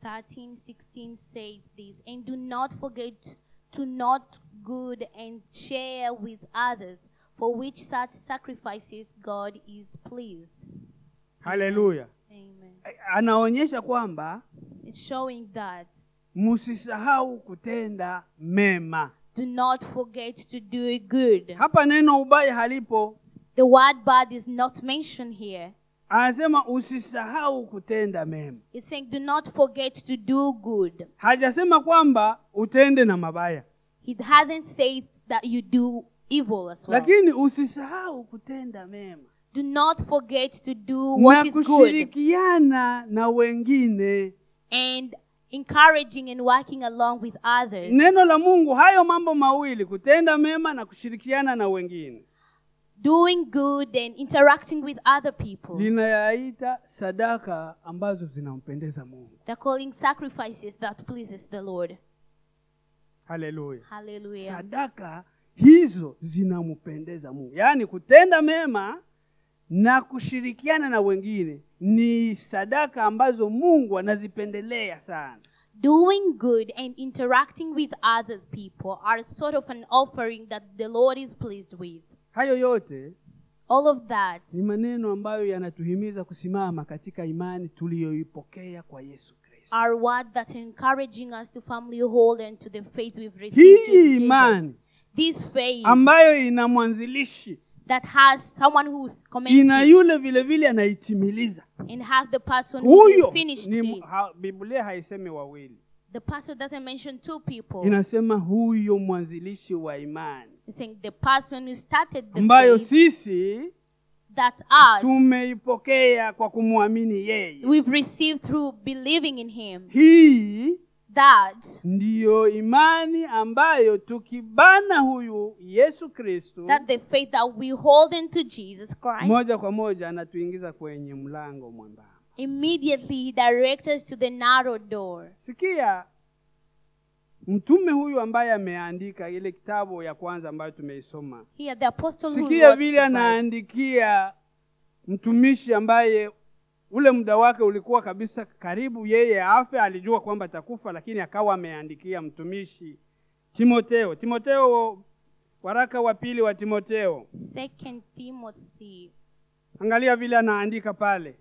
B: 13 16 says this and do not forget to not good and share with others for which such sacrifices god is pleased
A: Haleluya.
B: amen
A: Anaonyesha kwamba
B: it's showing that
A: msisahau kutenda mema.
B: do not forget to do good
A: Hapa neno ubaya halipo,
B: the word bad is not mentioned here
A: anasema usisahau kutenda mema.
B: it's saying do not forget to do good
A: Hajasema kwamba utende na mabaya,
B: he hasn't said that you do evil as well
A: lakini usisahau kutenda mema
B: do not forget to do what
A: na
B: is good
A: kushirikiana na wengine.
B: and encouraging and working along with others.
A: Neno la Mungu, hayo mambo mawili, kutenda mema na kushirikiana na wengine,
B: Doing good and interacting with other people.
A: linayaita sadaka ambazo zinampendeza Mungu.
B: They're calling sacrifices that pleases the Lord.
A: Haleluya!
B: Hallelujah.
A: sadaka hizo zinampendeza Mungu. Yaani kutenda mema na kushirikiana na wengine ni sadaka ambazo Mungu anazipendelea sana.
B: Doing good and interacting with other people are sort of an offering that the Lord is pleased with.
A: Hayo yote
B: All of that
A: ni maneno ambayo yanatuhimiza kusimama katika imani tuliyoipokea kwa Yesu Kristo.
B: are words that are encouraging us to firmly hold on to the faith we've received.
A: Hii
B: through Jesus.
A: imani
B: This faith
A: ambayo ina mwanzilishi
B: that has someone who's commenced
A: ina
B: it
A: yule vile vile anaitimiliza.
B: and has the person who
A: Huyo
B: will finish
A: ni
B: it.
A: mu- ha, Biblia haisemi wawili,
B: The person doesn't mention two people.
A: inasema huyo mwanzilishi wa imani
B: it's saying the person who started the
A: ambayo
B: faith,
A: sisi
B: that us
A: tumeipokea kwa kumwamini yeye.
B: we've received through believing in him.
A: Hii
B: That
A: ndiyo imani ambayo tukibana huyu Yesu Kristo
B: that the faith that we hold into Jesus Christ
A: moja kwa moja anatuingiza kwenye mlango mwembamba.
B: immediately he directs us to the narrow door.
A: Sikia mtume huyu ambaye ameandika ile kitabu ya kwanza ambayo tumeisoma,
B: Here the apostle who
A: sikia
B: wrote
A: vile
B: the Bible,
A: anaandikia mtumishi ambaye ule muda wake ulikuwa kabisa karibu yeye afe. Alijua kwamba atakufa, lakini akawa ameandikia mtumishi Timoteo. Timoteo, waraka wa pili wa Timoteo,
B: Second Timothy.
A: angalia vile anaandika pale,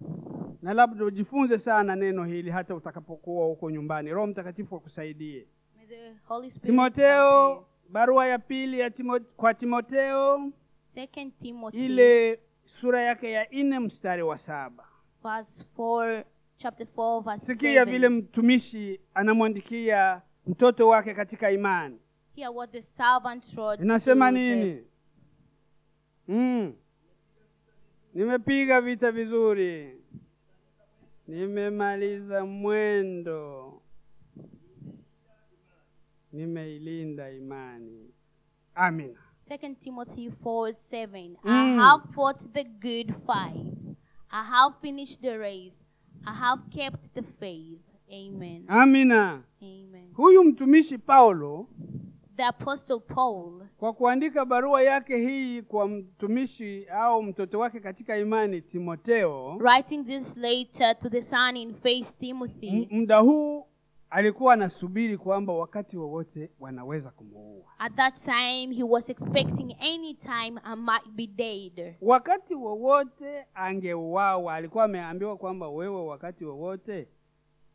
A: na labda ujifunze sana neno hili hata utakapokuwa huko nyumbani. Roho Mtakatifu akusaidie.
B: May the Holy Spirit
A: Timoteo, barua ya pili ya Timo, kwa Timoteo
B: Second Timothy
A: ile sura yake ya nne mstari wa saba.
B: verse four chapter four verse
A: Sikia
B: seven.
A: vile mtumishi anamwandikia mtoto wake katika imani,
B: Here what the servant wrote
A: inasema
B: to the
A: nini? Mm. Nimepiga vita vizuri, nimemaliza mwendo, nimeilinda imani. Amina.
B: Second Timothy 4 7.
A: Mm.
B: I have fought the good fight. I have finished the race. I have kept the faith. Amen.
A: Ah. Amina.
B: Amen.
A: Huyu mtumishi Paulo
B: The Apostle Paul,
A: kwa kuandika barua yake hii kwa mtumishi au mtoto wake katika imani Timoteo,
B: writing this later to the son in faith
A: m-
B: Timothy,
A: muda huu alikuwa anasubiri kwamba wakati wowote wanaweza kumuua,
B: at that time he was expecting any time I might be dead.
A: wakati wowote angeuawa. Alikuwa ameambiwa kwamba wewe, wakati wowote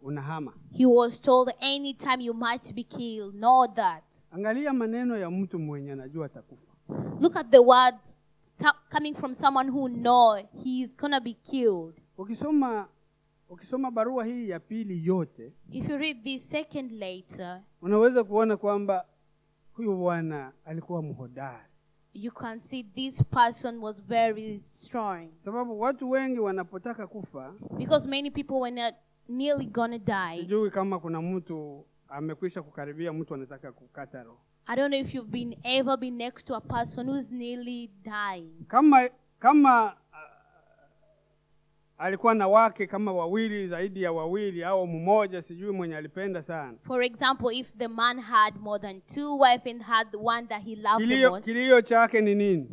A: unahama.
B: He was told any time you might be killed. Know that.
A: Angalia maneno ya mtu mwenye anajua atakufa.
B: Look at the word ta- coming from someone who know he's gonna be killed.
A: Ukisoma ukisoma barua hii ya pili yote,
B: If you read this second later,
A: unaweza kuona kwamba huyu bwana alikuwa mhodari.
B: you can see this person was very strong.
A: sababu watu wengi wanapotaka kufa
B: Because many people were not nearly gonna die.
A: sijui kama kuna mtu amekwisha kukaribia mtu anataka kukata roho
B: I don't know if you've been ever been next to a person who's nearly dying.
A: kama kama ah, alikuwa na wake kama wawili zaidi ya wawili au mmoja sijui mwenye alipenda sana
B: For example, if the man had more than two wives and had the one that he loved the
A: kilio,
B: most,
A: kilio chake ni nini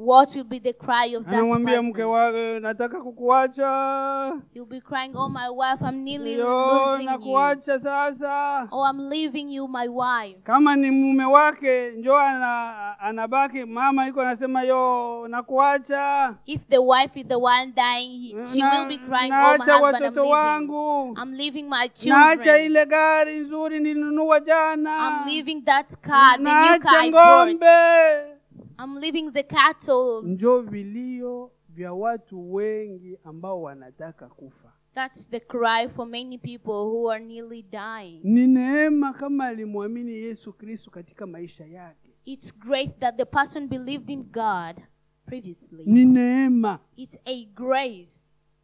B: what will be the cry of that
A: anamwambia
B: person?
A: mke wake nataka kukuacha
B: He'll be crying, "Oh my wife, I'm nearly
A: yo
B: losing you.
A: nakuacha sasa
B: Oh, I'm leaving you, my wife."
A: kama ni mume wake njo ana, anabaki mama iko anasema yo nakuacha
B: If the wife is the one dying, he- she
A: Na-
B: will be crying, "Oh,
A: naacha
B: my husband, I'm
A: watoto
B: leaving.
A: wangu
B: I'm leaving my
A: naacha
B: children.
A: ile gari nzuri nilinunua jana
B: I'm leaving that car, the new car
A: naacha
B: I bought.
A: ng'ombe
B: I'm leaving the cattle."
A: njo vilio vya watu wengi ambao wanataka kufa
B: That's the cry for many people who are nearly dying.
A: ni neema kama alimwamini yesu kristo katika maisha yake
B: It's great that the person believed in God previously.
A: ni neema
B: It's a grace.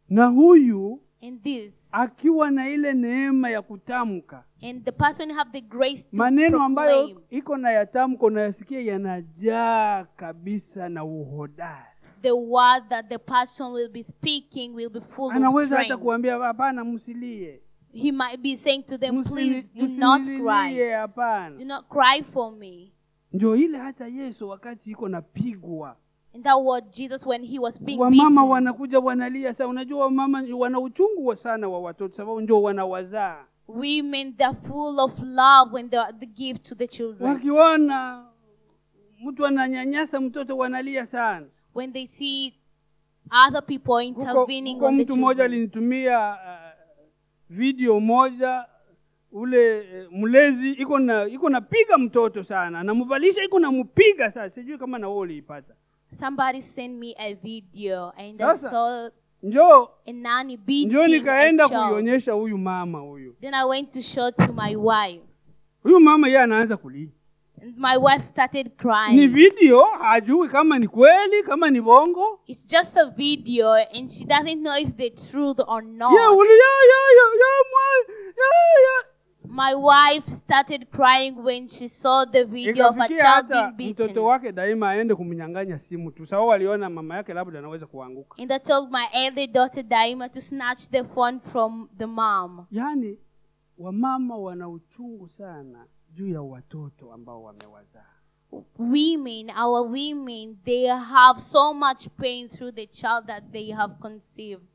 A: na huyu
B: And this,
A: akiwa na ile neema ya kutamka
B: and the person have the grace to
A: maneno
B: proclaim.
A: ambayo iko na yatamko nayasikia yanajaa kabisa na uhodari
B: The word that the person will be speaking will be full of
A: anaweza hata
B: strength.
A: kuambia hapana msilie
B: He might be saying to them, please do
A: Msini-
B: not
A: msinililie,
B: cry. Do
A: hapana
B: not cry for me.
A: ndio ile hata yesu wakati iko napigwa
B: And that was Jesus when he was being
A: wamama
B: beaten.
A: wanakuja wanalia sana unajua wamama wana uchungu wa sana wa watoto sababu ndio wanawazaa
B: Women, they're full of love when they are the gift to the children.
A: wakiona mtu ananyanyasa mtoto wanalia sana
B: when they see other people
A: Huko-
B: intervening
A: huko
B: on the
A: mtu mmoja
B: children.
A: alinitumia uh, video moja ule eh, mlezi iko na iko napiga mtoto sana namvalisha iko nampiga sana sijui kama na wewe uliipata
B: Somebody sent me a video and
A: Sasa.
B: I saw
A: njoo
B: a nanny beating
A: njoo
B: a
A: nikaenda
B: child.
A: kuionyesha huyu mama huyu
B: Then I went to show to my wife.
A: huyu mama yeye anaanza kulia
B: And my wife started crying.
A: ni video hajui kama ni kweli kama ni bongo
B: It's just a video and she doesn't know if the truth or not.
A: Ye, uli- ya, ya, ya, ya, mwa- ya, ya.
B: My wife started crying when she saw the video of a
A: Ikafikia
B: child
A: hata
B: being beaten.
A: mtoto wake daima aende kumnyang'anya simu tu sababu aliona mama yake labda anaweza kuanguka
B: And I told my elder daughter Daima to snatch the phone from the mom.
A: yaani wamama wana uchungu sana juu ya watoto ambao wamewazaa
B: women, our women, they have so much pain through the child that they have conceived.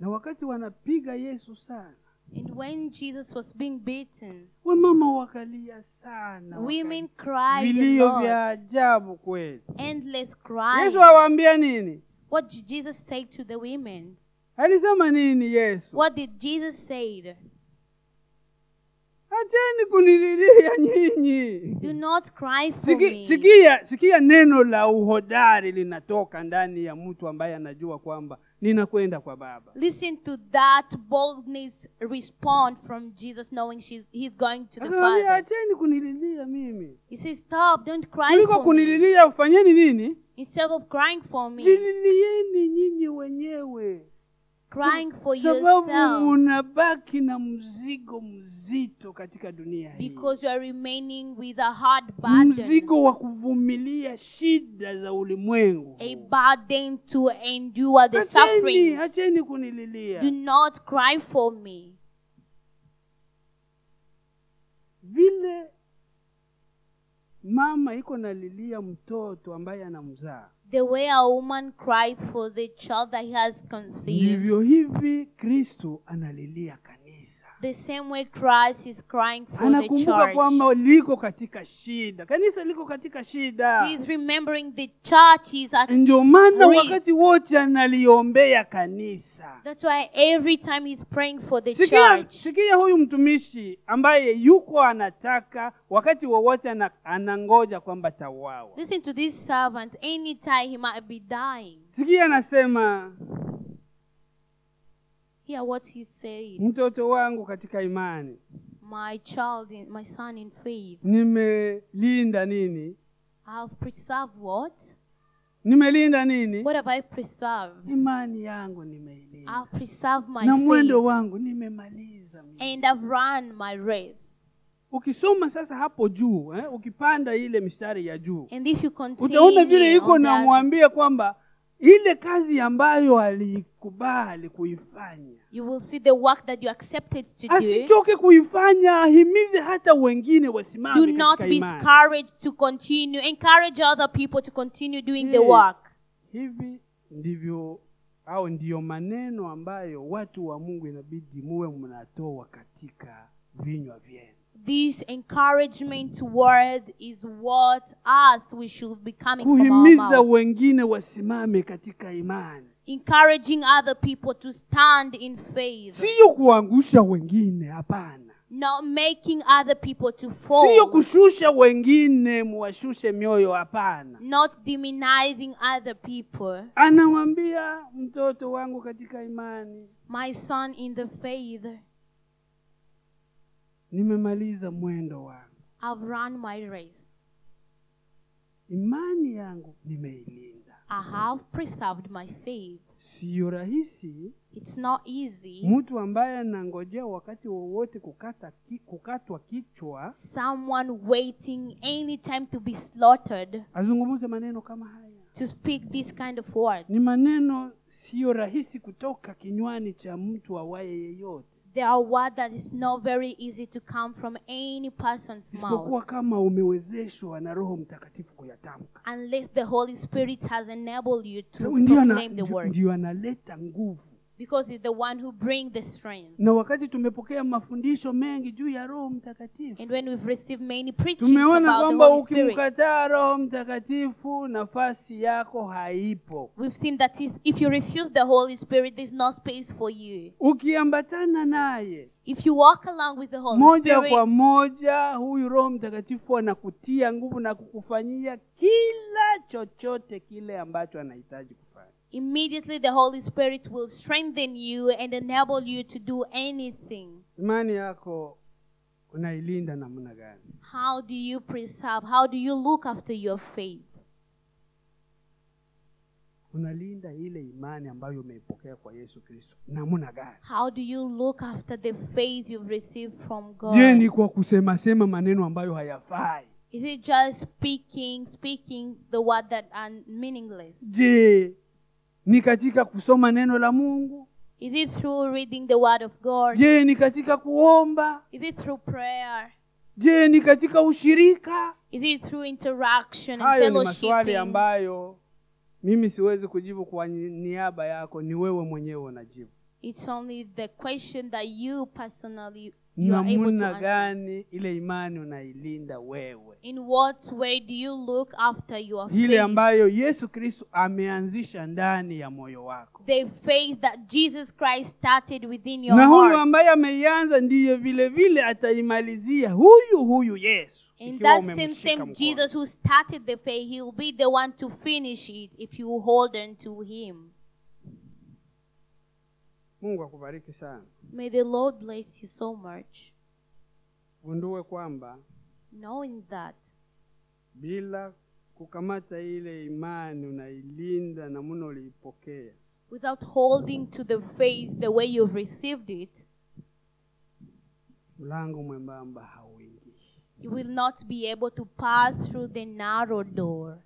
A: na wakati wanapiga yesu sana
B: And when Jesus was being beaten,
A: wamama wakalia sana
B: women
A: wakalia.
B: cried a
A: vilio vya
B: lot,
A: ajabu kweli
B: endless crying.
A: yesu awaambia nini
B: What did Jesus say to the women?
A: alisema nini yesu
B: What did Jesus say?
A: acheni kunililia nyinyi
B: Do not cry for
A: Siki,
B: me.
A: sikia sikia neno la uhodari linatoka ndani ya mtu ambaye anajua kwamba ninakwenda kwa baba
B: Listen to that boldness response from Jesus, knowing she, he's going to the
A: Akamwambia,
B: Father.
A: acheni kunililia mimi
B: He says, Stop, don't cry
A: kuliko
B: for me.
A: kunililia ufanyeni nini
B: Instead of crying for me,
A: jililieni nyinyi wenyewe
B: crying for
A: sababu
B: yourself
A: munabaki na mzigo mzito katika dunia hii
B: because you are remaining with a hard burden,
A: mzigo wa kuvumilia shida za ulimwengu
B: a burden to endure the
A: acheni,
B: sufferings.
A: acheni kunililia
B: Do not cry for me.
A: vile mama iko nalilia mtoto ambaye anamzaa
B: The way a woman cries for the child that has conceived,
A: ndivyo hivi kristo analilia kanisa
B: the same way Christ is crying for the
A: anakumbuka
B: church.
A: kwamba liko katika shida kanisa liko katika shida
B: He is remembering the church is at
A: ndio maana
B: risk.
A: wakati wote analiombea kanisa
B: That's why every time he's praying for the
A: sikia,
B: church.
A: sikia huyu mtumishi ambaye yuko anataka wakati wowote ana, anangoja kwamba tauawa
B: Listen to this servant. Anytime he might be dying.
A: sikia anasema
B: Hear what he said.
A: mtoto wangu katika imani
B: My child, in, my son in faith,
A: nimelinda nini
B: I've preserved what?
A: nimelinda nini
B: What have I preserved?
A: imani yangu nimeilinda
B: I've preserved my
A: na mwendo
B: faith
A: wangu nimemaliza mimi.
B: and I've run my race.
A: ukisoma sasa hapo juu eh, ukipanda ile mistari ya juu
B: And if you continue
A: utaona vile iko
B: on that,
A: namwambia kwamba ile kazi ambayo alikubali kuifanya
B: you will see the work that you accepted to
A: Ah,
B: do.
A: asichoke kuifanya ahimize hata wengine
B: Do
A: wasimame
B: not
A: katika
B: be
A: imani.
B: discouraged to continue. Encourage other people to continue doing the
A: Yeah.
B: work.
A: hivi ndivyo au ndiyo maneno ambayo watu wa mungu inabidi muwe mnatoa katika vinywa vyenu
B: This encouragement toward is what us we should be coming from our
A: kuhimiza
B: mouth.
A: wengine wasimame katika imani
B: Encouraging other people to stand in faith.
A: siyo kuangusha wengine hapana
B: Not making other people to
A: siyo
B: fall.
A: kushusha wengine muwashushe mioyo hapana
B: Not demonizing other people.
A: anamwambia mtoto wangu katika imani
B: My son in the faith,
A: nimemaliza mwendo wangu
B: I've run my race.
A: imani yangu nimeilinda
B: I have preserved my faith.
A: siyo rahisi
B: It's not easy.
A: mtu ambaye anangojea wakati wowote kukata ki, kukatwa kichwa
B: Someone waiting any time to be slaughtered
A: azungumze maneno kama haya
B: to speak this kind of words.
A: ni maneno siyo rahisi kutoka kinywani cha mtu awaye yeyote
B: They are words that is not very easy to come from any person's mouth
A: isipokuwa kama umewezeshwa na roho mtakatifu kuyatamka
B: unless the Holy Spirit has enabled you to
A: ndio ana-
B: proclaim the
A: ndio-
B: word
A: ndio analeta nguvu
B: because it's the one who brings the strength.
A: na wakati tumepokea mafundisho mengi juu ya roho mtakatifu
B: And when we've received many preachings
A: tumeona
B: about the
A: kwamba
B: Holy Spirit,
A: ukimkataa roho mtakatifu nafasi yako haipo
B: We've seen that if, if you refuse the Holy Spirit, there's no space for you.
A: ukiambatana naye
B: If you walk along with the Holy
A: moja
B: Spirit,
A: kwa moja huyu roho mtakatifu anakutia nguvu na kukufanyia kila chochote kile ambacho anahitaji kufanya
B: immediately the Holy Spirit will strengthen you and enable you to do anything.
A: imani yako unailinda namna gani
B: How do you preserve? How do you look after your faith?
A: unalinda ile imani ambayo umeipokea kwa yesu kristo namna gani
B: How do you look after the faith you've received from God?
A: je ni kwa kusemasema maneno ambayo hayafai
B: Is it just speaking, speaking the word that are meaningless?
A: je ni katika kusoma neno la mungu
B: Is it through reading the word of God?
A: je ni katika kuomba
B: Is it through prayer?
A: je ni katika ushirika
B: Is it through interaction and
A: hayo ni maswali
B: fellowshipping?
A: ambayo mimi siwezi kujibu kwa ni- niaba yako ni wewe mwenyewe unajibu
B: It's only the question that you personally you are able to
A: namna
B: answer.
A: gani ile imani unailinda wewe
B: In what way do you look after your
A: ile
B: faith?
A: ambayo yesu kristo ameanzisha ndani ya moyo wako
B: The faith that Jesus Christ started within your
A: na huyu
B: heart.
A: ambaye ameianza ndiye vile vile ataimalizia huyu huyu yesu
B: In
A: ikiwa
B: that same,
A: umemshika
B: same
A: mkono.
B: Jesus who started the faith, he will be the one to finish it if you hold on to him.
A: mungu akubariki sana
B: May the Lord bless you so much,
A: gundue kwamba
B: knowing that
A: bila kukamata ile imani unailinda na muna uliipokea
B: without holding to the faith the way you've received it,
A: mlango mwembamba hauingii
B: you will not be able to pass through the narrow door.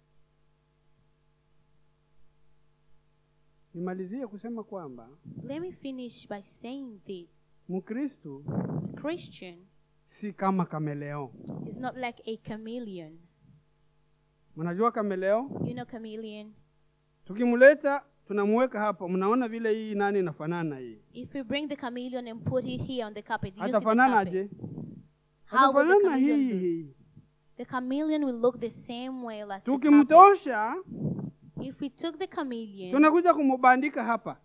A: nimalizie kusema kwamba
B: Let me finish by saying this
A: mkristu
B: Christian
A: si kama kameleo
B: is not like a chameleon.
A: mnajua kameleo
B: You know, chameleon?
A: tukimleta tunamuweka hapa mnaona vile hii nani inafanana hii
B: If we bring the chameleon and put it here on the carpet, do you see the carpet?
A: atafananaje
B: How will the
A: atafanana hii
B: chameleon look?
A: hii
B: The chameleon will look the same way like the carpet.
A: tukimtosha
B: If we took the chameleon
A: tunakuja kumubandika hapa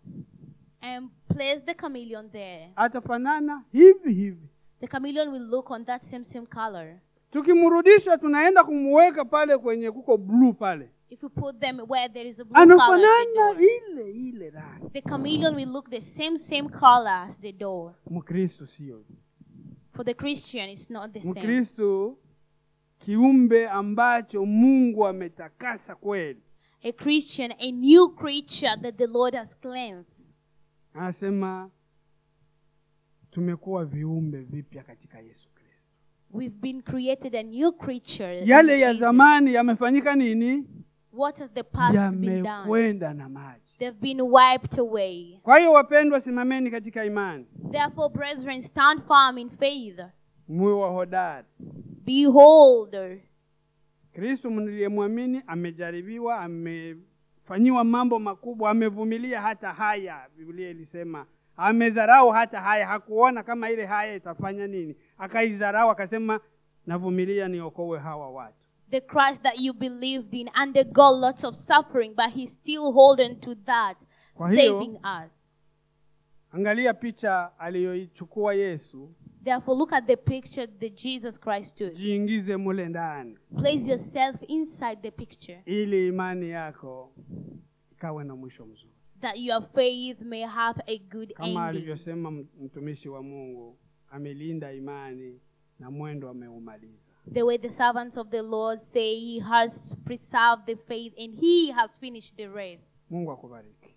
B: and place the chameleon there,
A: atafanana hivi hivi
B: the chameleon will look on that same same color.
A: tukimrudisha tunaenda kumuweka pale kwenye kuko bluu pale
B: If we put them where there is a blue color, the,
A: anafanana
B: door,
A: ile ile rangi
B: the chameleon will look the same same color as the door.
A: mkristu sio
B: For the Christian, it's not the same.
A: mkristu kiumbe ambacho mungu ametakasa kweli
B: a Christian, a new creature that the Lord has cleansed.
A: anasema tumekuwa viumbe vipya katika yesu kristo
B: We've been created a new creature. in
A: yale ya
B: Jesus.
A: zamani yamefanyika nini
B: What has the past been done?
A: yamekwenda na maji
B: They've been wiped away.
A: kwa hiyo wapendwa simameni katika imani
B: Therefore, brethren, stand firm in faith.
A: muwe wahodari
B: Behold,
A: kristo mliyemwamini amejaribiwa amefanyiwa mambo makubwa amevumilia hata haya biblia ilisema amedharau hata haya hakuona kama ile haya itafanya nini akaidharau akasema navumilia niokoe hawa watu
B: the Christ that you believed in undergo lots of suffering, but he's still holding to that,
A: Kwa hiyo-
B: saving us.
A: angalia picha aliyoichukua yesu
B: Therefore, look at the picture that Jesus Christ took.
A: jiingize mule ndani
B: Place yourself inside the picture
A: ili imani yako ikawe na mwisho mzuri
B: that your faith may have a good
A: kama
B: ending.
A: alivyosema mtumishi wa mungu amelinda imani na mwendo ameumaliza
B: The way the servants of the Lord say, He has preserved the faith and He has finished the race.
A: mungu akubariki